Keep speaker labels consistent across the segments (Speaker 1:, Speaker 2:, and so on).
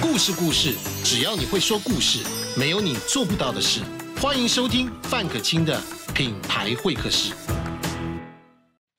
Speaker 1: 故事故事，只要你会说故事，没有你做不到的事。欢迎收听范可清的品牌会客室。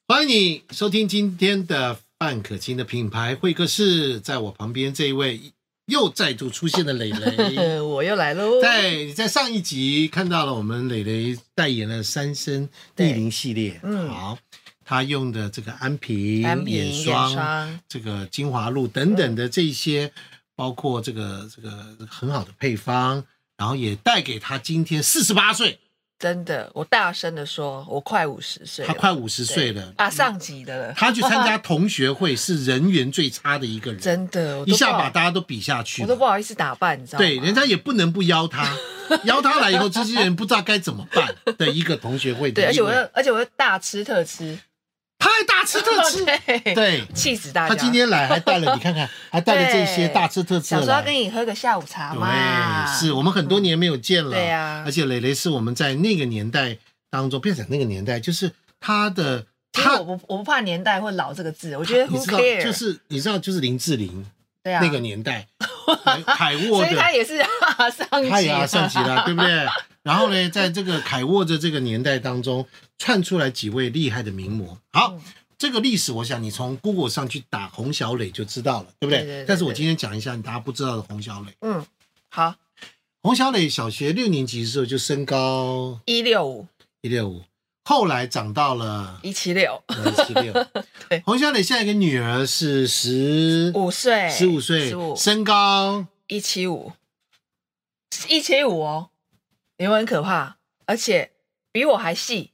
Speaker 1: 欢迎你收听今天的范可清的品牌会客室，在我旁边这一位又再度出现的磊 磊。
Speaker 2: 呃，我又来喽。
Speaker 1: 在你在上一集看到了我们磊磊代言了三生逆龄系列，
Speaker 2: 嗯
Speaker 1: 好，他用的这个安瓶、
Speaker 2: 安瓶眼
Speaker 1: 霜、
Speaker 2: 霜
Speaker 1: 这个精华露等等的这一些，包括这个这个很好的配方，然后也带给他今天四十八岁，
Speaker 2: 真的，我大声的说，我快五十岁了，
Speaker 1: 他快五十
Speaker 2: 对
Speaker 1: 岁了，
Speaker 2: 啊，上级的了，
Speaker 1: 他去参加同学会是人缘最差的一个人，
Speaker 2: 真的，我都
Speaker 1: 一
Speaker 2: 不
Speaker 1: 下
Speaker 2: 好
Speaker 1: 把大家都比下去
Speaker 2: 我
Speaker 1: 了
Speaker 2: 都不好意思打扮，你知道吗？
Speaker 1: 对，人家也不能不邀他，邀他来以后，这些人不知道该怎么办的一个同学会的
Speaker 2: 对，
Speaker 1: 一位。
Speaker 2: 而且我又而且我又大吃特吃，
Speaker 1: 他还大吃 特吃，
Speaker 2: 对，
Speaker 1: 对
Speaker 2: 气死大家。
Speaker 1: 他今天来还带了，你看看，还带了这些
Speaker 2: 对
Speaker 1: 大吃特吃
Speaker 2: 想
Speaker 1: 的
Speaker 2: 说要
Speaker 1: 来。
Speaker 2: 跟你喝个下午茶
Speaker 1: 对，
Speaker 2: 嘛，
Speaker 1: 是我们很多年没有见了，
Speaker 2: 嗯对呀
Speaker 1: 而且磊磊是我们在那个年代当中，不要讲那个年代，就是他的
Speaker 2: 其实
Speaker 1: 他
Speaker 2: 我，不我不怕年代或老这个字，我觉得
Speaker 1: 你
Speaker 2: who
Speaker 1: 知道，
Speaker 2: care
Speaker 1: 就是你知道，就是林志玲
Speaker 2: 对啊
Speaker 1: 那个，年代，凯凯沃
Speaker 2: 所以
Speaker 1: 的
Speaker 2: 他也是 上级，
Speaker 1: 太阳上级 啦，对不对？然后呢，在这个凯沃的这个年代当中，窜出来几位厉害的名模。好，
Speaker 2: 嗯
Speaker 1: 这个历史，我想你从 Google 上去打洪小磊就知道了，对不对？
Speaker 2: 对对对对
Speaker 1: 但是我今天讲一下大家不知道的洪小磊。
Speaker 2: 嗯，好，
Speaker 1: 洪小磊小学六年级的时候就身高
Speaker 2: 一六五
Speaker 1: 一六五，后来长到了
Speaker 2: 一七六，
Speaker 1: 一七六。
Speaker 2: 对
Speaker 1: 洪小磊现在一个女儿是十
Speaker 2: 五岁，
Speaker 1: 十五岁
Speaker 2: 十五，，
Speaker 1: 身高
Speaker 2: 一七五，一七五哦，你们很可怕，而且比我还细，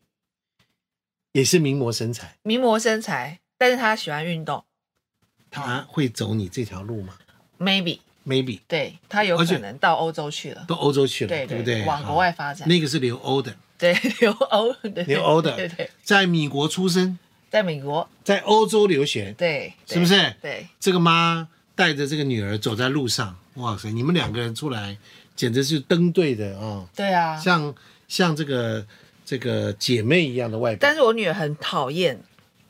Speaker 1: 也是名模身材。
Speaker 2: 名模身材，但是他喜欢运动
Speaker 1: 她会走你这条路吗
Speaker 2: ，maybe，
Speaker 1: ？Maybe。
Speaker 2: 对他有
Speaker 1: 而且
Speaker 2: 可能到欧洲去了，
Speaker 1: 都欧洲去了，
Speaker 2: 对
Speaker 1: 不对？
Speaker 2: 往国外发展，
Speaker 1: 那个是留欧的，
Speaker 2: 对， 留欧，对
Speaker 1: 留欧
Speaker 2: 对
Speaker 1: 的，
Speaker 2: 对，
Speaker 1: 在米国出生，
Speaker 2: 在美国，
Speaker 1: 在欧洲留学，
Speaker 2: 对，对
Speaker 1: 是不？是？
Speaker 2: 对，
Speaker 1: 这个妈带着这个女儿走在路上，哇塞，你们两个人出来，简直是登对的啊、
Speaker 2: 对啊，
Speaker 1: 像像这个这个姐妹一样的外表
Speaker 2: 但，是我女儿很讨厌，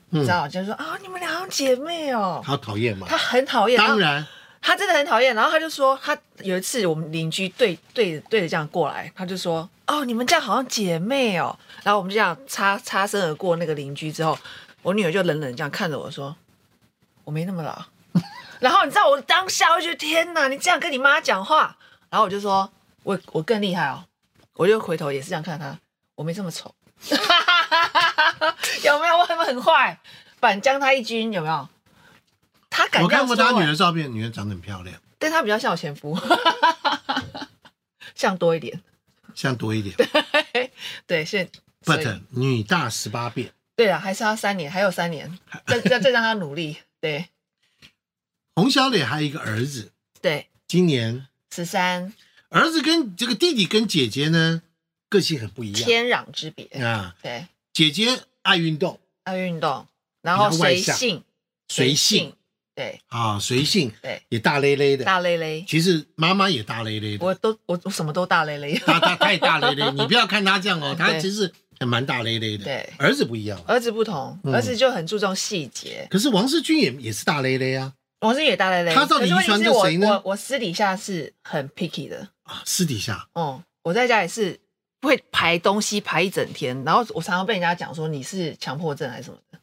Speaker 2: 你
Speaker 1: 嗯
Speaker 2: 知道，就是说啊，你们俩好姐妹哦，
Speaker 1: 好讨厌嘛
Speaker 2: 她。很讨厌，
Speaker 1: 当然，
Speaker 2: 他真的很讨厌，然后他就说，他有一次我们邻居对对对着这样过来，他就说，哦，你们这样好像姐妹哦，然后我们就这样擦擦身而过那个邻居之后，我女儿就冷冷这样看着我说，我没那么老，然后你知道我当下我就觉得天哪，你这样跟你妈讲话，然后我就说我我更厉害哦，我就回头也是这样看他，我没这么丑， 有没有？我很很坏，反将他一军，有没有？他敢
Speaker 1: 我
Speaker 2: 这样
Speaker 1: 看过她
Speaker 2: 说
Speaker 1: 女
Speaker 2: 哎
Speaker 1: 儿照片，女儿长得很漂亮，
Speaker 2: 但他比较像我前夫，像多一点。
Speaker 1: 像多一点。
Speaker 2: 对，现所以
Speaker 1: But 女大十八变。
Speaker 2: 对啊了，还是要三年，还有三年，再再再让他努力。对
Speaker 1: 洪小磊还有一个儿子，
Speaker 2: 对，
Speaker 1: 今年
Speaker 2: 十三
Speaker 1: 儿子跟这个弟弟跟姐姐呢，个性很不一样
Speaker 2: 天壤之别。
Speaker 1: 啊。
Speaker 2: 对，
Speaker 1: 姐姐爱运动，
Speaker 2: 爱运动，然后
Speaker 1: 比较外
Speaker 2: 随
Speaker 1: 向
Speaker 2: 性，
Speaker 1: 随性，
Speaker 2: 对
Speaker 1: 啊，随性，
Speaker 2: 对，
Speaker 1: 也大咧咧的。
Speaker 2: 大累累，
Speaker 1: 其实妈妈也大咧咧的，
Speaker 2: 我都我我什么都大累累。
Speaker 1: 她她太大咧咧，你不要看她这样哦，她
Speaker 2: 对
Speaker 1: 其实还蛮大咧咧的。
Speaker 2: 对呃
Speaker 1: 儿子不一样。
Speaker 2: 儿子不同，
Speaker 1: 嗯
Speaker 2: 儿子就很注重细节，
Speaker 1: 可是王世军也也是大咧咧啊，
Speaker 2: 王志也大累累。
Speaker 1: 他到底
Speaker 2: 可是问
Speaker 1: 遗传
Speaker 2: 题是
Speaker 1: 着
Speaker 2: 我
Speaker 1: 谁呢
Speaker 2: 我我私底下是很 picky 的，
Speaker 1: 啊，私底下
Speaker 2: 哦、我在家也是会排东西排一整天，然后我常常被人家讲说你是强迫症还是什么的，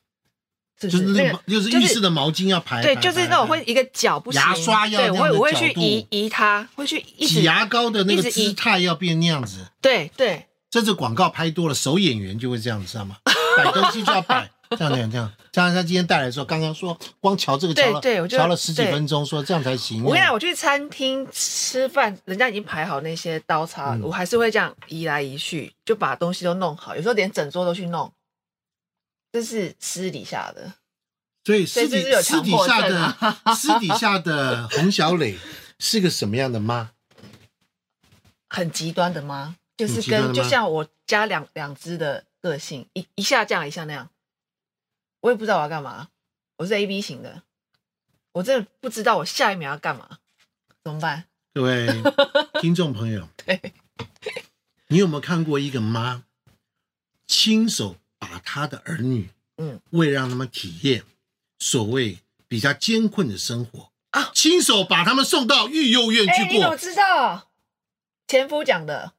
Speaker 2: 是不？
Speaker 1: 就是是那个就是浴室
Speaker 2: 的。
Speaker 1: 的毛巾要排，
Speaker 2: 对，
Speaker 1: 排
Speaker 2: 就是那种会
Speaker 1: 排
Speaker 2: 一个脚不行，
Speaker 1: 牙刷要
Speaker 2: 对，
Speaker 1: 那样
Speaker 2: 我会
Speaker 1: 的
Speaker 2: 我会
Speaker 1: 角
Speaker 2: 去
Speaker 1: 度
Speaker 2: 移移它，会去一直
Speaker 1: 挤牙膏的那个
Speaker 2: 一直移
Speaker 1: 姿态要变那样子。
Speaker 2: 对对，
Speaker 1: 这次广告拍多了，手演员就会这样，知道 吗？摆东西就要摆，这样这样这样。加上他今天带来的时候，刚刚说光瞧这个瞧了
Speaker 2: 对对我觉得
Speaker 1: 瞧了十几分钟，说这样才行。啊
Speaker 2: 我跟你讲，我去餐厅吃饭，人家已经排好那些刀叉，
Speaker 1: 嗯
Speaker 2: 我还是会这样移来移去，就把东西都弄好，有时候连整桌都去弄，这是私底下的。
Speaker 1: 所以私
Speaker 2: 对
Speaker 1: 底
Speaker 2: 这是有
Speaker 1: 私
Speaker 2: 强
Speaker 1: 底
Speaker 2: 迫
Speaker 1: 下
Speaker 2: 症啊
Speaker 1: 的私底下 的洪小磊是个什么样的妈？
Speaker 2: 很极端的吗？就是
Speaker 1: 很极端的
Speaker 2: 跟
Speaker 1: 吗
Speaker 2: 就像我家两两只的个性，一一下这样，一下那样，我也不知道我要干嘛。我是 A B 型的，我真的不知道我下一秒要干嘛，怎么办？
Speaker 1: 各位听众朋友，
Speaker 2: 对，
Speaker 1: 你有没有看过一个妈亲手把她的儿女，
Speaker 2: 嗯，
Speaker 1: 为了让他们体验所谓比较艰困的生活，
Speaker 2: 啊
Speaker 1: 亲手把他们送到育幼院
Speaker 2: 哎、
Speaker 1: 去
Speaker 2: 你怎
Speaker 1: 过
Speaker 2: 么。知道？前夫讲的，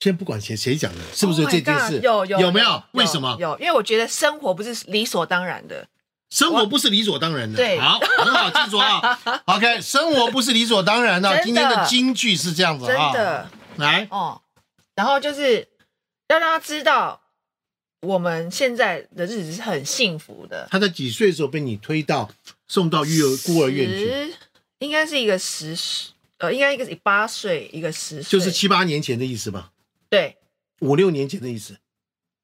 Speaker 1: 先不管谁谁讲的，是不是
Speaker 2: Oh my
Speaker 1: 这件事？
Speaker 2: God，有有
Speaker 1: 有没有？为什么？
Speaker 2: 有，因为我觉得生活不是理所当然的。
Speaker 1: 生活不是理所当然的。
Speaker 2: 对
Speaker 1: 好，很好，记住 啊。OK，生活不是理所当然的。
Speaker 2: 真的
Speaker 1: 今天的金句是这样子
Speaker 2: 真
Speaker 1: 啊。
Speaker 2: 的
Speaker 1: 来，
Speaker 2: 哦。然后就是要让他知道，我们现在的日子是很幸福的。
Speaker 1: 他在几岁的时候被你推到送到育儿孤儿院去？
Speaker 2: 十应该是一个十岁，呃，应该一个八岁，一个十岁，
Speaker 1: 就是七八年前的意思吧，
Speaker 2: 对
Speaker 1: 五六年前的意思。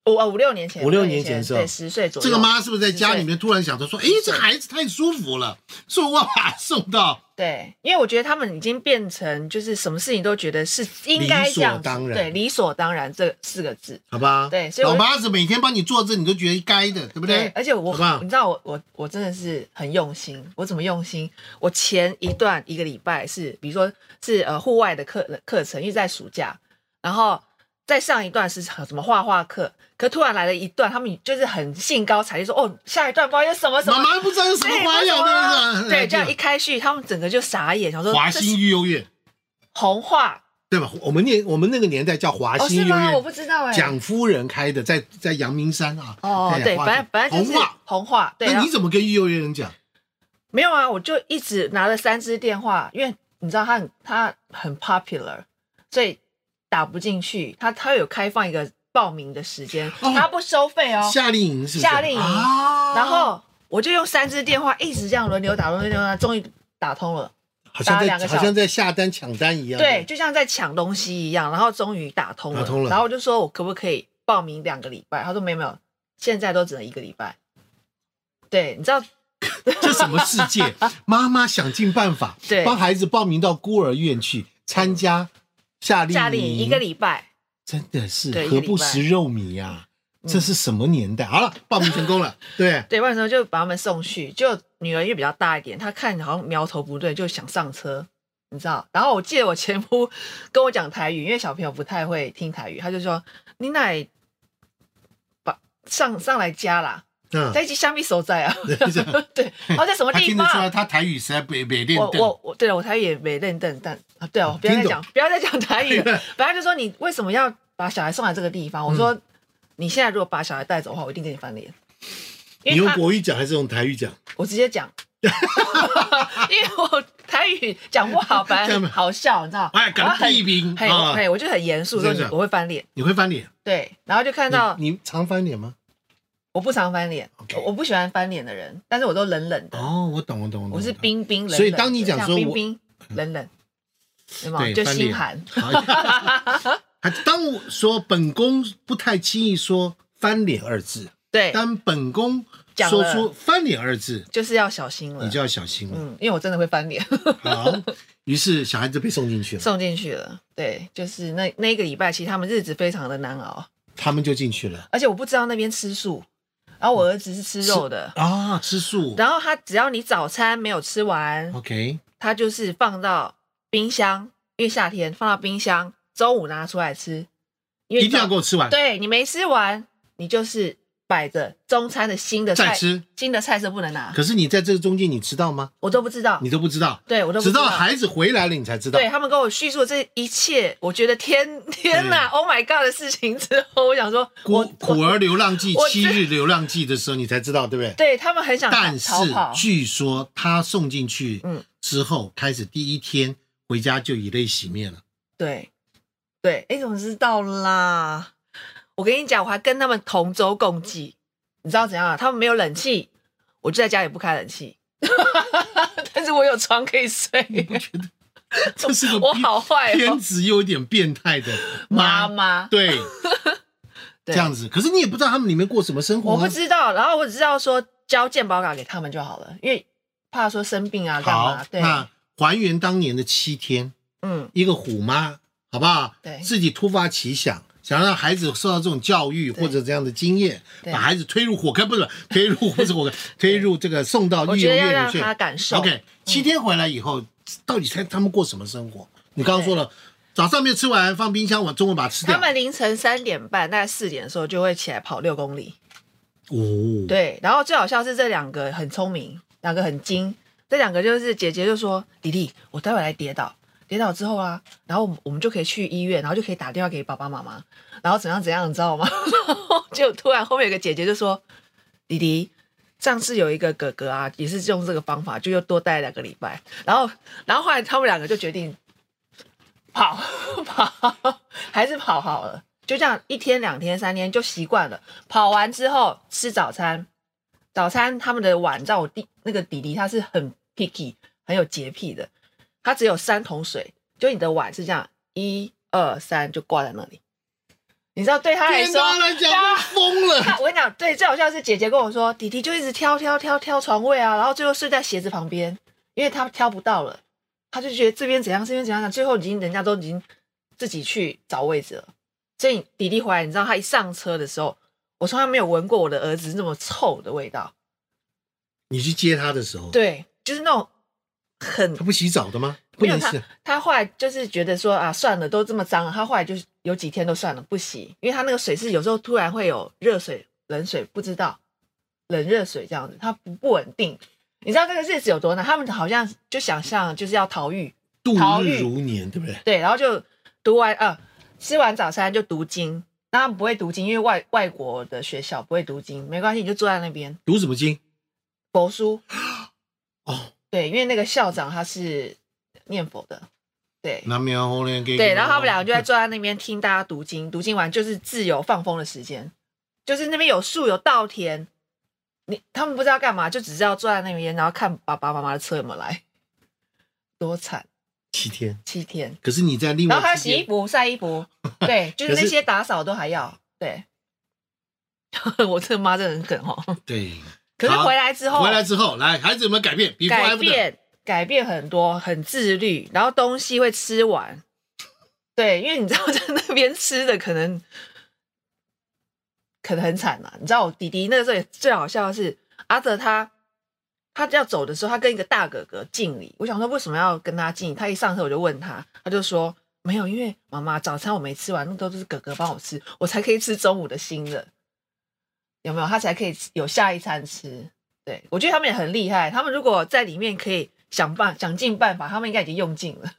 Speaker 2: 五啊五六年前，
Speaker 1: 五六年前是吧
Speaker 2: 对十岁左右。
Speaker 1: 这个妈是不是在家里面突然想着说，哎，这孩子太舒服了，所以我把他送到
Speaker 2: 对，因为我觉得他们已经变成就是什么事情都觉得是应该这样
Speaker 1: 理所
Speaker 2: 子，
Speaker 1: 当然
Speaker 2: 对，理所当然这四个字。
Speaker 1: 好吧？
Speaker 2: 对所以我
Speaker 1: 老妈子每天帮你做这，你都觉得该的，对不对？
Speaker 2: 而且我
Speaker 1: 好不好
Speaker 2: 你知道我我我真的是很用心，我怎么用心？我前一段一个礼拜是，比如说是呃户外的课课程，因为在暑假，然后再上一段是什么画画课，可突然来了一段，他们就是很兴高采烈说哦，下一段不知道有什么什哎
Speaker 1: 妈
Speaker 2: 么。
Speaker 1: 妈不知道有什么花样，对不对？
Speaker 2: 啊对，这样一开序，他们整个就傻眼，想说
Speaker 1: 华
Speaker 2: 这是
Speaker 1: 新育幼院，
Speaker 2: 红画
Speaker 1: 对吧？我们年我们那个年代叫华
Speaker 2: 哦，
Speaker 1: 新
Speaker 2: 是
Speaker 1: 育幼
Speaker 2: 吗？我
Speaker 1: 院，
Speaker 2: 不知道哎、
Speaker 1: 蒋夫人开的，在在阳明山啊。
Speaker 2: 哦，对，
Speaker 1: 华
Speaker 2: 反正反正就是
Speaker 1: 红袜。
Speaker 2: 红画，对，然
Speaker 1: 那
Speaker 2: 后
Speaker 1: 你怎么跟育幼院人讲？
Speaker 2: 没有啊，我就一直拿了三支电话，因为你知道他很他很 popular，所以打不进去。他他有开放一个报名的时间，
Speaker 1: 哦
Speaker 2: 他不收费哦。
Speaker 1: 夏令营是不是？
Speaker 2: 夏令营
Speaker 1: 啊
Speaker 2: 然后我就用三支电话一直这样轮流打，轮流打，终于打通了。
Speaker 1: 好像
Speaker 2: 打两
Speaker 1: 在
Speaker 2: 个
Speaker 1: 好
Speaker 2: 小
Speaker 1: 像在下单抢单一样。
Speaker 2: 对，，就像在抢东西一样，然后终于打通了。
Speaker 1: 打通了
Speaker 2: 然后我就说我可不可以报名两个礼拜？他说没有没有，现在都只能一个礼拜。对，你知道
Speaker 1: 这什么世 界？妈妈想尽办法，
Speaker 2: 对
Speaker 1: 帮孩子报名到孤儿院去参加夏令营，
Speaker 2: 夏令营一个礼拜，
Speaker 1: 真的是
Speaker 2: 对一个
Speaker 1: 何
Speaker 2: 礼拜
Speaker 1: 不食肉糜呀、这是什么年
Speaker 2: 嗯
Speaker 1: 代？好了，报名成功 了，对，
Speaker 2: 对，万成就把他们送去，就女儿因为比较大一点，她看好像苗头不对，就想上车，你知道？然后我记得我前夫跟我讲台语，因为小朋友不太会听台语，他就说：“你奶把上上来家 啦，
Speaker 1: 嗯，
Speaker 2: 在一起下面手在啊，
Speaker 1: 这样
Speaker 2: 对，然后在什么
Speaker 1: 他
Speaker 2: 地
Speaker 1: 听得出来
Speaker 2: 方？”
Speaker 1: 他台语实在北北练
Speaker 2: 我
Speaker 1: 邓，
Speaker 2: 我我，对了，我台语也没认真，但啊，对哦，不要
Speaker 1: 听
Speaker 2: 再
Speaker 1: 懂
Speaker 2: 讲，不要再讲台语
Speaker 1: 对
Speaker 2: 了。反正就说你为什么要把小孩送来这个地方？我说、
Speaker 1: 嗯
Speaker 2: 你现在如果把小孩带走的话，我一定跟你翻脸。
Speaker 1: 你
Speaker 2: 因为
Speaker 1: 用
Speaker 2: 他
Speaker 1: 国语讲还是用台语讲？
Speaker 2: 我直接讲， 因为我台语讲不好，反
Speaker 1: 这样
Speaker 2: 正
Speaker 1: 吧
Speaker 2: 好笑，你知道？
Speaker 1: 哎
Speaker 2: 然后
Speaker 1: 敢批评
Speaker 2: 嘿，
Speaker 1: 啊
Speaker 2: 嘿，我就很严肃，说
Speaker 1: 真
Speaker 2: 你
Speaker 1: 的
Speaker 2: 我会翻脸，
Speaker 1: 你会翻脸？
Speaker 2: 对，然后就看到
Speaker 1: 你你常翻脸吗？
Speaker 2: 我不常翻脸
Speaker 1: OK，
Speaker 2: 我我不喜欢翻脸的人，但是我都冷冷的，
Speaker 1: 哦，我懂，我懂，我懂
Speaker 2: 我是。冰冰冷冷的，
Speaker 1: 所以当你讲
Speaker 2: 这样
Speaker 1: 说
Speaker 2: 冰
Speaker 1: 我
Speaker 2: 冰冷冷，对吗？
Speaker 1: 对
Speaker 2: 就
Speaker 1: 翻脸
Speaker 2: 心寒，
Speaker 1: 我懂好还当我说本宫不太轻易说翻脸二字，
Speaker 2: 对，
Speaker 1: 当本宫
Speaker 2: 讲
Speaker 1: 说
Speaker 2: 了
Speaker 1: 出翻脸二字，
Speaker 2: 就是要小心了
Speaker 1: 你就。要小心了。
Speaker 2: 嗯，因为我真的会 翻脸，
Speaker 1: 好，于是小孩子被送进去了，
Speaker 2: 送进去了。对，就是那那一个礼拜，其实他们日子非常的难熬，
Speaker 1: 他们就进去了
Speaker 2: 而且我不知道那边吃素，然后我儿子是吃肉的，
Speaker 1: 啊，吃素。
Speaker 2: 然后他只要你早餐没有吃完，
Speaker 1: OK，
Speaker 2: 他就是放到冰箱，因为夏天放到冰箱，周五拿出来吃。因为
Speaker 1: 一
Speaker 2: 你
Speaker 1: 定要给我吃完，
Speaker 2: 对你没吃完，你就是摆着中餐的新的
Speaker 1: 再
Speaker 2: 菜，
Speaker 1: 吃。
Speaker 2: 新的菜色不能拿，
Speaker 1: 可是你在这个中间，你知道吗？
Speaker 2: 我都不知道
Speaker 1: 你。都不知道，
Speaker 2: 对我啊都不
Speaker 1: 直
Speaker 2: 知
Speaker 1: 到
Speaker 2: 道。
Speaker 1: 孩子回来了，你才知道。
Speaker 2: 对他们跟我叙述这一切，我觉得天天哪，Oh my God 的事情之后，我想说，
Speaker 1: 孤
Speaker 2: 我
Speaker 1: 苦
Speaker 2: 我
Speaker 1: 儿流浪记
Speaker 2: 我
Speaker 1: 七日流浪记的时候，你才知道，对不对？
Speaker 2: 对他们很想
Speaker 1: 但是
Speaker 2: 逃跑，
Speaker 1: 据说他送进去
Speaker 2: 嗯
Speaker 1: 之后，开始第一天回家就以泪洗面了。
Speaker 2: 对，对，哎，怎么知道啦？我跟你讲，我还跟他们同舟共济，你知道怎样啊？他们没有冷气，我就在家里不开 冷气，但是我有床可以睡。
Speaker 1: 这是个
Speaker 2: 我
Speaker 1: 偏
Speaker 2: 好坏
Speaker 1: 偏
Speaker 2: 哦，
Speaker 1: 执又有点变态的
Speaker 2: 妈
Speaker 1: 妈，
Speaker 2: 妈，
Speaker 1: 对，
Speaker 2: 对
Speaker 1: 这样子。可是你也不知道他们里面过什么生活啊。
Speaker 2: 我不知道。然后我只知道说交健保卡给他们就好了，因为怕说生病啊，干
Speaker 1: 好
Speaker 2: 嘛？，对，
Speaker 1: 那还原当年的七天，
Speaker 2: 嗯，
Speaker 1: 一个虎妈，好不好？
Speaker 2: 对
Speaker 1: 自己突发奇想，想让孩子受到这种教育
Speaker 2: 对
Speaker 1: 或者这样的经验，
Speaker 2: 对
Speaker 1: 把孩子推入火坑，不是推入不是火 坑，推入这个送到
Speaker 2: 我
Speaker 1: 育幼
Speaker 2: 觉得要
Speaker 1: 院
Speaker 2: 让
Speaker 1: 去。
Speaker 2: 他感受。
Speaker 1: OK，七天回来以后，到底他他们过什么生活？你刚刚说了，早上没有吃完，放冰箱，晚中午把它吃掉。
Speaker 2: 他们凌晨三点半，大概四点的时候就会起来跑六公里。
Speaker 1: 哦，
Speaker 2: 对，然后最好笑是这两个很聪明，两个很精，这两个就是姐姐就说：“迪丽，我待会来跌倒，跌倒之后啊，然后我们我们就可以去医院，然后就可以打电话给爸爸妈妈，然后怎样怎样，你知道吗？”然后就突然后面有个姐姐就说：“迪迪，上次有一个哥哥啊，也是用这个方法，就又多待两个礼拜。然后，然后后来他们两个就决定跑 跑，还是跑好了。就这样一天、两天、三天就习惯了。跑完之后吃早餐，早餐他们的碗，在我弟那个弟弟他是很 picky，很有洁癖的，他只有三桶水，就你的碗是这样一二三就挂在那里。你知道对他来
Speaker 1: 对
Speaker 2: 说，
Speaker 1: 他来讲
Speaker 2: 他
Speaker 1: 都疯了，
Speaker 2: 他我跟你讲，对，最好笑的是姐姐跟我说，弟弟就一直挑挑挑挑床位啊，然后最后睡在鞋子旁边，因为他挑不到了，他就觉得这边怎样，这边怎样，最后已经人家都已经自己去找位置了。所以弟弟回来，你知道他一上车的时候，我从来没有闻过我的儿子那么臭的味道，
Speaker 1: 你去接他的时候，
Speaker 2: 对，就是那种很
Speaker 1: 他不洗澡的吗？不
Speaker 2: 没有
Speaker 1: 能
Speaker 2: 他
Speaker 1: 是，
Speaker 2: 他后来就是觉得说啊，算了，都这么脏了。他后来就是有几天都算了，不洗，因为他那个水是有时候突然会有热水、冷水，不知道冷热水这样子，它不不稳定。你知道这个日子有多难？他们好像就想象就是要逃狱，
Speaker 1: 度
Speaker 2: 逃
Speaker 1: 日
Speaker 2: 狱
Speaker 1: 如年，对不对？
Speaker 2: 对，然后就读完啊、吃完早餐就读经。那他们不会读经，因为外外国的学校不会读经，没关系，你就坐在那边
Speaker 1: 读什么经？
Speaker 2: 佛书。
Speaker 1: 哦，
Speaker 2: 对，因为那个校长他是念佛的，对，
Speaker 1: 南无阿弥陀佛
Speaker 2: 对，然后他
Speaker 1: 哦
Speaker 2: 们两个就在坐在那边听大家读经，读经完就是自由放风的时间，就是那边有树有稻田，你他们不知道干嘛，就只知道坐在那边，然后看爸爸妈妈的车有没有来，多惨，
Speaker 1: 七天。
Speaker 2: 七天，
Speaker 1: 可是你在另
Speaker 2: 然后还
Speaker 1: 外
Speaker 2: 要洗衣
Speaker 1: 一
Speaker 2: 服、晒衣 服，对，就是
Speaker 1: 可是
Speaker 2: 那些打扫都还要， 对， 我这妈真的很梗哦，
Speaker 1: 对，
Speaker 2: 可是
Speaker 1: 好
Speaker 2: 回来之后，
Speaker 1: 啊回来之后，来孩子有没有改变？比
Speaker 2: 改变改变很多，很自律，然后东西会吃完。对，因为你知道在那边吃的可能 可能很惨呐、你知道我弟弟那个时候也最好笑的是，阿泽他他要走的时候，他跟一个大哥哥敬礼。我想说为什么要跟他敬礼？他一上车我就问他，他就说没有，因为妈妈早餐我没吃完，那都是哥哥帮我吃，我才可以吃中午的新的，有没有？他才可以吃有下一餐吃。对，我觉得他们也很厉害。他们如果在里面可以想办想尽办法，他们应该已经用尽了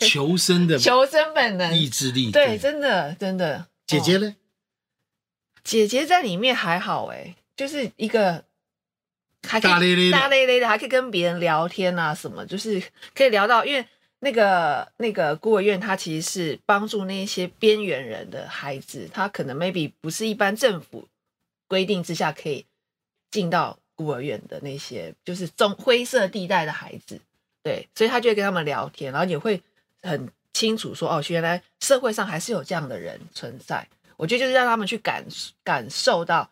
Speaker 1: 求生 的
Speaker 2: 求生本能。
Speaker 1: 意志力。
Speaker 2: 对，真的真的。
Speaker 1: 姐
Speaker 2: 哦
Speaker 1: 姐呢？
Speaker 2: 姐姐在里面还好哎、就是一个还可以
Speaker 1: 大咧咧的
Speaker 2: 大咧咧的，还可以跟别人聊天啊什么，就是可以聊到，因为那个那个孤儿院它其实是帮助那些边缘人的孩子，他可能 maybe 不是一般政府规定之下可以进到孤儿院的那些，就是中灰色地带的孩子，对，所以他就会跟他们聊天，然后也会很清楚说，哦，原来社会上还是有这样的人存在。我觉得就是让他们去感感受到，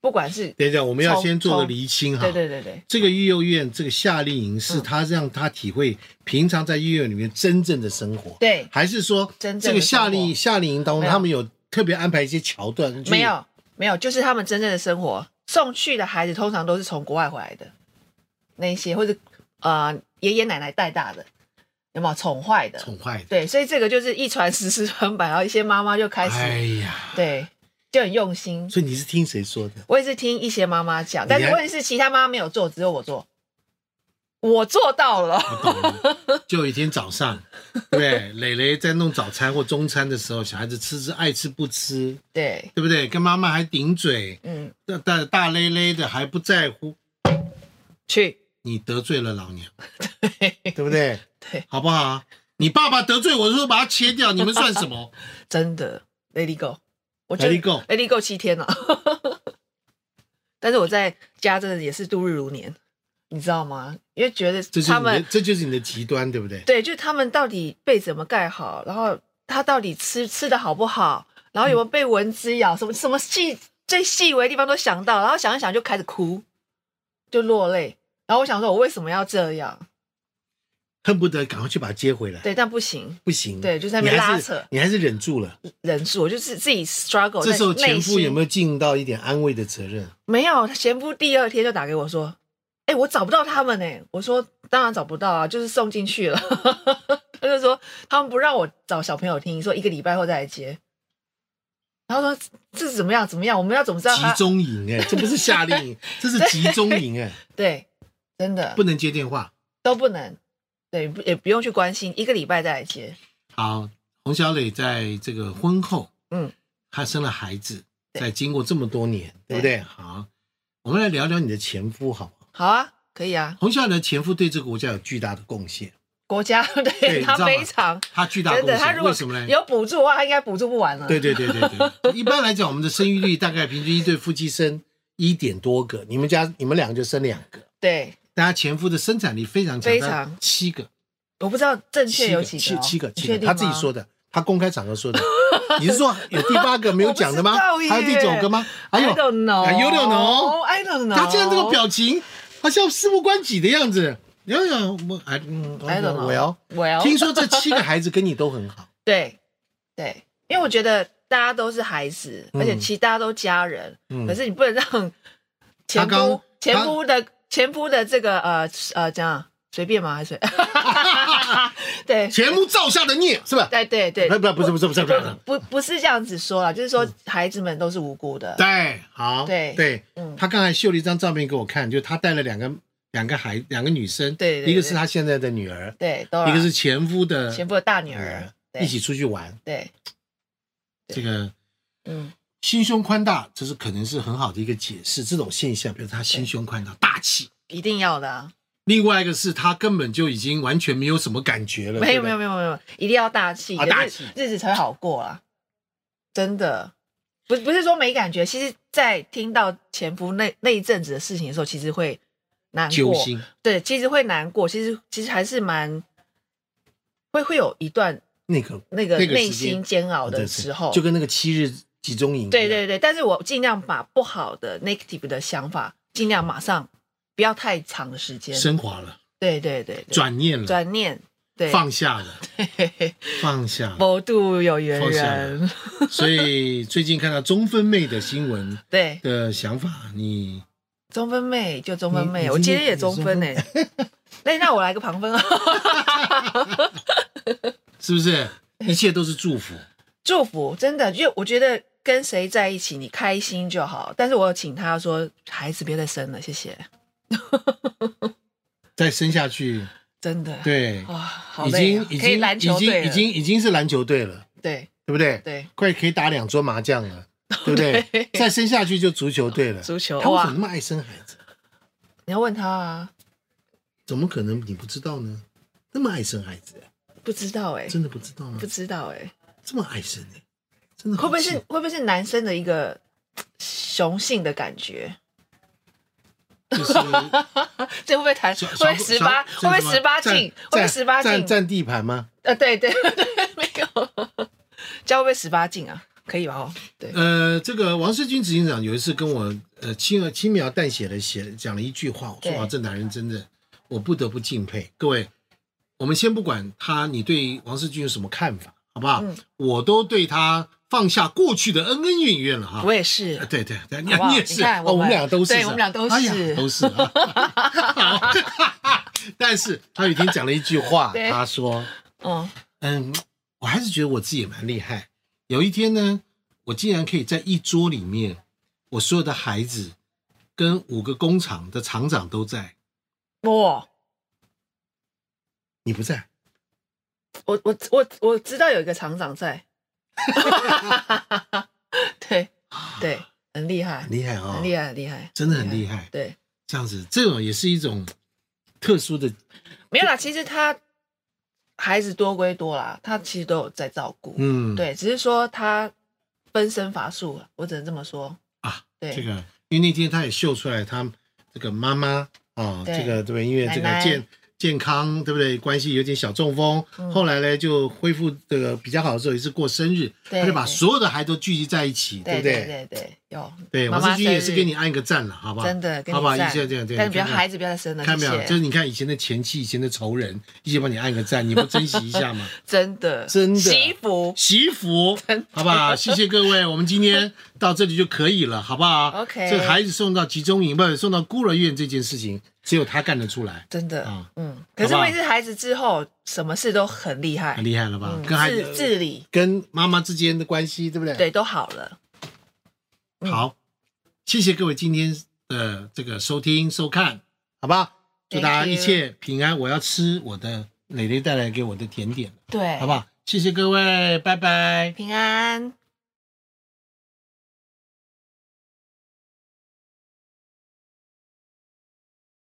Speaker 2: 不管是
Speaker 1: 等一下，我们要
Speaker 2: 从
Speaker 1: 先做个
Speaker 2: 从
Speaker 1: 厘清哈。
Speaker 2: 对对对对，
Speaker 1: 这个育幼院，这个夏令营是
Speaker 2: 嗯
Speaker 1: 他让他体会平常在育幼院里面真正的生活，
Speaker 2: 对
Speaker 1: 还是说
Speaker 2: 真
Speaker 1: 这
Speaker 2: 正的
Speaker 1: 个夏
Speaker 2: 生
Speaker 1: 令
Speaker 2: 活
Speaker 1: 夏令营当中，
Speaker 2: 没有
Speaker 1: 他们有特别安排一些桥段？
Speaker 2: 没，有没有，就是他们真正的生活。送去的孩子通常都是从国外回来的，那一些或者呃爷爷奶奶带大的，有没有宠坏的？
Speaker 1: 宠坏的。
Speaker 2: 对，所以这个就是一传十，十传百，然后一些妈妈就开始、
Speaker 1: 哎呀，
Speaker 2: 对，就很用心。
Speaker 1: 所以你是听谁说的？
Speaker 2: 我也是听一些妈妈讲，但
Speaker 1: 你
Speaker 2: 是
Speaker 1: 还
Speaker 2: 问题是其他妈妈没有做，只有我做，我做到了。
Speaker 1: 嗯就有一天早 上，对不对，磊磊在弄早餐或中餐的时候，小孩子吃吃爱吃不吃，
Speaker 2: 对，
Speaker 1: 对不对？跟妈妈还顶嘴，
Speaker 2: 嗯，
Speaker 1: 大大大咧咧的还不在乎，
Speaker 2: 去。
Speaker 1: 你得罪了老娘，对不对？
Speaker 2: 对，
Speaker 1: 好不好？你爸爸得罪我说把他切 掉，你们算什么？
Speaker 2: 真的，Let it go，我觉得
Speaker 1: Let it go
Speaker 2: Let it go 七天了， 但是我在家真的也是度日如年，你知道吗？因为觉得
Speaker 1: 这就是
Speaker 2: 他
Speaker 1: 你的
Speaker 2: 们，
Speaker 1: 这就是你的极端，对不对？
Speaker 2: 对，就是他们到底被怎么盖好，然后他到底吃吃的好不好，然后有没有
Speaker 1: 嗯
Speaker 2: 被蚊子咬，什么什么细最细微的地方都想到，然后想一想就开始哭，就落泪。然后我想说，我为什么要这样？
Speaker 1: 恨不得赶快去把他接回来，
Speaker 2: 对，但不行，
Speaker 1: 不行，
Speaker 2: 对就在那边
Speaker 1: 你还是
Speaker 2: 拉扯
Speaker 1: 你还是忍住了。
Speaker 2: 忍住，我就是自己 struggle
Speaker 1: 这
Speaker 2: 在内心。
Speaker 1: 时候前夫有没有尽到一点安慰的责 任？
Speaker 2: 没有，前夫第二天就打给我说：“哎、我找不到他们呢、我说：“当然找不到啊，就是送进去了。” 他就说：“他们不让我找小朋友听，说一个礼拜后再来接。”然后说这是怎么样怎么样，我们要怎么知道
Speaker 1: 集
Speaker 2: 他？
Speaker 1: 中营 哎、这不是夏令营，这是集中营哎、
Speaker 2: 对，真的
Speaker 1: 不能接电话。
Speaker 2: 都不能，对，不也不用去关心，一个礼拜再来接。
Speaker 1: 好，洪小磊在这个婚后，
Speaker 2: 嗯，
Speaker 1: 她生了孩子，
Speaker 2: 对
Speaker 1: 在经过这么多年，对不对？好，我们来聊聊你的前夫好不好？
Speaker 2: 好啊，可以啊，
Speaker 1: 洪小磊的前夫对这个国家有巨大的贡献，
Speaker 2: 国家 对
Speaker 1: 你
Speaker 2: 他
Speaker 1: 知道吗
Speaker 2: 非常
Speaker 1: 他巨大
Speaker 2: 真
Speaker 1: 贡
Speaker 2: 的，他
Speaker 1: 献，
Speaker 2: 如果
Speaker 1: 为什么呢？
Speaker 2: 有补助的话，他应该补助不完了。
Speaker 1: 对对对对 对，一般来讲，我们的生育率大概平均一对夫妻生一点多个，你们家你们两个就生两个，
Speaker 2: 对，
Speaker 1: 但他前夫的生产力非常强，
Speaker 2: 非常
Speaker 1: 他七个，
Speaker 2: 我不知道正确
Speaker 1: 七
Speaker 2: 有
Speaker 1: 个，
Speaker 2: 几
Speaker 1: 七
Speaker 2: 个哦，
Speaker 1: 七个，
Speaker 2: 你
Speaker 1: 七
Speaker 2: 确
Speaker 1: 个，
Speaker 2: 定
Speaker 1: 他自己
Speaker 2: 吗
Speaker 1: 说的，他公开场合说的。你是说有第八个没有讲的吗？
Speaker 2: 我不知道
Speaker 1: 还有第九个吗？哎还有
Speaker 2: I don't know.
Speaker 1: I don't know.
Speaker 2: I don't know.
Speaker 1: 他现在这个表情，好像事不关己的样子。有有，我还嗯，
Speaker 2: ，I don't know.
Speaker 1: 我要。
Speaker 2: well，
Speaker 1: 听说这七个孩子跟你都很好，
Speaker 2: 对对，因为我觉得大家都是孩子，
Speaker 1: 嗯
Speaker 2: 而且其实大家都家人，
Speaker 1: 嗯
Speaker 2: 可是你不能让前
Speaker 1: 他刚
Speaker 2: 夫前夫的前夫的这个呃呃这样随便吗？还是 随对
Speaker 1: 前夫造下的孽是吧？
Speaker 2: 对对对，
Speaker 1: 不不不是不是不是不是。嗯
Speaker 2: 不不是这样子说了，就是说孩子们都是无辜的，
Speaker 1: 对，好，
Speaker 2: 对
Speaker 1: 对，
Speaker 2: 嗯
Speaker 1: 他刚才秀了一张照片给我看，就他带了两个两个孩两个女生，
Speaker 2: 对对
Speaker 1: 一个
Speaker 2: 对
Speaker 1: 是他现在的女儿，
Speaker 2: 对，都
Speaker 1: 一个
Speaker 2: 啦
Speaker 1: 是前夫的
Speaker 2: 前夫的大女
Speaker 1: 女
Speaker 2: 儿
Speaker 1: 儿，，
Speaker 2: 对
Speaker 1: 一起出去玩。
Speaker 2: 对，
Speaker 1: 这个
Speaker 2: 嗯，
Speaker 1: 心胸宽大，这是可能是很好的一个解释这种现象，比如他心胸宽大、大气。
Speaker 2: 一定要的啊，
Speaker 1: 另外一个是他根本就已经完全没有什么感觉了，
Speaker 2: 没
Speaker 1: 对
Speaker 2: 有
Speaker 1: 不对
Speaker 2: 没有没有没有，一定要大气，
Speaker 1: 啊
Speaker 2: 日
Speaker 1: 大气
Speaker 2: 日子才会好过啦。真的，不不是说没感觉，其实，在听到前夫那那一阵子的事情的时候，其实会难
Speaker 1: 揪
Speaker 2: 过，
Speaker 1: 心。
Speaker 2: 对，其实会难过，其实其实还是蛮会会有一段
Speaker 1: 那个
Speaker 2: 那个
Speaker 1: 那个时间
Speaker 2: 内心煎熬的时候，
Speaker 1: 就跟那个七日集中营一样，
Speaker 2: 对对对，但是我尽量把不好的 negative 的想法，尽量马上不要太长的时间，
Speaker 1: 升华了，
Speaker 2: 对对对对，
Speaker 1: 转念了，
Speaker 2: 转念，对，
Speaker 1: 放下了，放下了。
Speaker 2: 佛度有缘
Speaker 1: 放下
Speaker 2: 人，
Speaker 1: 所以最近看到中分妹的新闻
Speaker 2: 对，
Speaker 1: 的想法，你
Speaker 2: 中分妹就中分
Speaker 1: 你
Speaker 2: 妹，
Speaker 1: 你
Speaker 2: 我今天也
Speaker 1: 你
Speaker 2: 中分呢、 那那我来个旁分啊，
Speaker 1: 是不是一切都是祝福？
Speaker 2: 祝福真的，就我觉得跟谁在一起你开心就好。但是我有请他说，孩子别再生了，谢谢，
Speaker 1: 再生下去，
Speaker 2: 真的。
Speaker 1: 对
Speaker 2: 哇，，哦好
Speaker 1: 已
Speaker 2: 累、
Speaker 1: 经
Speaker 2: 啊，
Speaker 1: 已
Speaker 2: 可以
Speaker 1: 经
Speaker 2: 篮
Speaker 1: 已
Speaker 2: 球队
Speaker 1: 经
Speaker 2: 了
Speaker 1: 已经已经是篮球队了，
Speaker 2: 对
Speaker 1: 对不对？
Speaker 2: 对，
Speaker 1: 快可以打两桌麻将了，对不 对？再生下去就足球队了。
Speaker 2: 足球
Speaker 1: 他为什
Speaker 2: 哇
Speaker 1: 么那么爱生孩子？
Speaker 2: 你要问他啊，
Speaker 1: 怎么可能你不知道呢？那么爱生孩子，
Speaker 2: 不知道哎、
Speaker 1: 真的不知道吗
Speaker 2: 不？知道哎、
Speaker 1: 这么爱生呢？真的
Speaker 2: 会不会是
Speaker 1: 好气
Speaker 2: 会不会是男生的一个雄性的感觉？
Speaker 1: 就是
Speaker 2: 这会不会谈？
Speaker 1: 小
Speaker 2: 会不会
Speaker 1: 小
Speaker 2: 十八？
Speaker 1: 小
Speaker 2: 会不会
Speaker 1: 这是什么
Speaker 2: 十八禁？
Speaker 1: 占
Speaker 2: 会不会
Speaker 1: 占
Speaker 2: 十八
Speaker 1: 占
Speaker 2: 禁？
Speaker 1: 占地盘吗？
Speaker 2: 呃，对 对对，没有，这样会不会十八禁啊？可以吧？哦，对，
Speaker 1: 呃，这个王世军执行长有一次跟我呃轻而轻描淡写的写讲了一句话，我
Speaker 2: 对
Speaker 1: 说啊，这男人真的，我不得不敬佩。各位，我们先不管他，你对王世军有什么看法，好不好？
Speaker 2: 嗯
Speaker 1: 我都对他放下过去的恩恩怨怨了哈。
Speaker 2: 我也是
Speaker 1: 啊，。对对，对你
Speaker 2: 好不好
Speaker 1: 你也是，
Speaker 2: 你看
Speaker 1: 哦，
Speaker 2: 我们
Speaker 1: 我们俩都是，
Speaker 2: 对
Speaker 1: 是吧
Speaker 2: 我们俩都是
Speaker 1: 哎呀都是 啊。好 但是他有一天讲了一句话，
Speaker 2: 对
Speaker 1: 他说。
Speaker 2: 嗯，
Speaker 1: 嗯，我还是觉得我自己也蛮厉害。有一天呢，我竟然可以在一桌里面，我所有的孩子跟五个工厂的厂长都在，
Speaker 2: 哇，
Speaker 1: 你不在，
Speaker 2: 我我我我知道有一个厂长在， 对啊对，很厉害
Speaker 1: 很，厉害哦，
Speaker 2: 很厉害，很厉害，
Speaker 1: 真的很厉害。
Speaker 2: 对，
Speaker 1: 这样子，这种也是一种特殊的，
Speaker 2: 没有啦，其实他孩子多归多啦，他其实都有在照顾，
Speaker 1: 嗯，
Speaker 2: 对，只是说他分身乏术了，我只能这么说。
Speaker 1: 啊，
Speaker 2: 对
Speaker 1: 这个，因为那天他也秀出来，他这个妈妈啊，
Speaker 2: 对
Speaker 1: 这个对不对？因为这个
Speaker 2: 奶奶
Speaker 1: 健健康对不对？关系有点小中风，
Speaker 2: 嗯
Speaker 1: 后来呢就恢复这个比较好的时候，也是过生日，
Speaker 2: 对
Speaker 1: 他就把
Speaker 2: 对
Speaker 1: 所有的孩都聚集在一起，不
Speaker 2: 对对对，有
Speaker 1: 对，
Speaker 2: 妈
Speaker 1: 王
Speaker 2: 妈
Speaker 1: 世军也是
Speaker 2: 生日
Speaker 1: 给你按个赞了，好不好？
Speaker 2: 真的跟
Speaker 1: 好不好？
Speaker 2: 你
Speaker 1: 一
Speaker 2: 赞
Speaker 1: 下这样，对，
Speaker 2: 但是不要
Speaker 1: 你看看
Speaker 2: 孩子不要再生了，
Speaker 1: 看到没有？
Speaker 2: 谢谢
Speaker 1: 就是你看以前的前妻、以前的仇人，一起帮你按个赞，你不珍惜一下 吗？
Speaker 2: 真的
Speaker 1: 真的
Speaker 2: 惜福。
Speaker 1: 祈福
Speaker 2: 真的，
Speaker 1: 好不好？谢谢各位，我们今天到这里就可以了，好不好
Speaker 2: OK
Speaker 1: 这个孩子送到集中营，不是送到孤儿院这件事情，只有他干得出来，
Speaker 2: 真的
Speaker 1: 啊，
Speaker 2: 嗯。可是
Speaker 1: 好不好
Speaker 2: 喂是孩子之后，什么事都很厉害
Speaker 1: 很，厉害了吧？
Speaker 2: 嗯
Speaker 1: 跟孩
Speaker 2: 自自理，
Speaker 1: 跟妈妈之间的关系，对不对？
Speaker 2: 对，都好了。嗯
Speaker 1: 好，谢谢各位今天的这个收听收看，好吧？祝大家
Speaker 2: Thank you
Speaker 1: 一切平安。我要吃我的蕾蕾带来给我的甜点，
Speaker 2: 对，
Speaker 1: 好不好？谢谢各位，拜拜。
Speaker 2: 平安。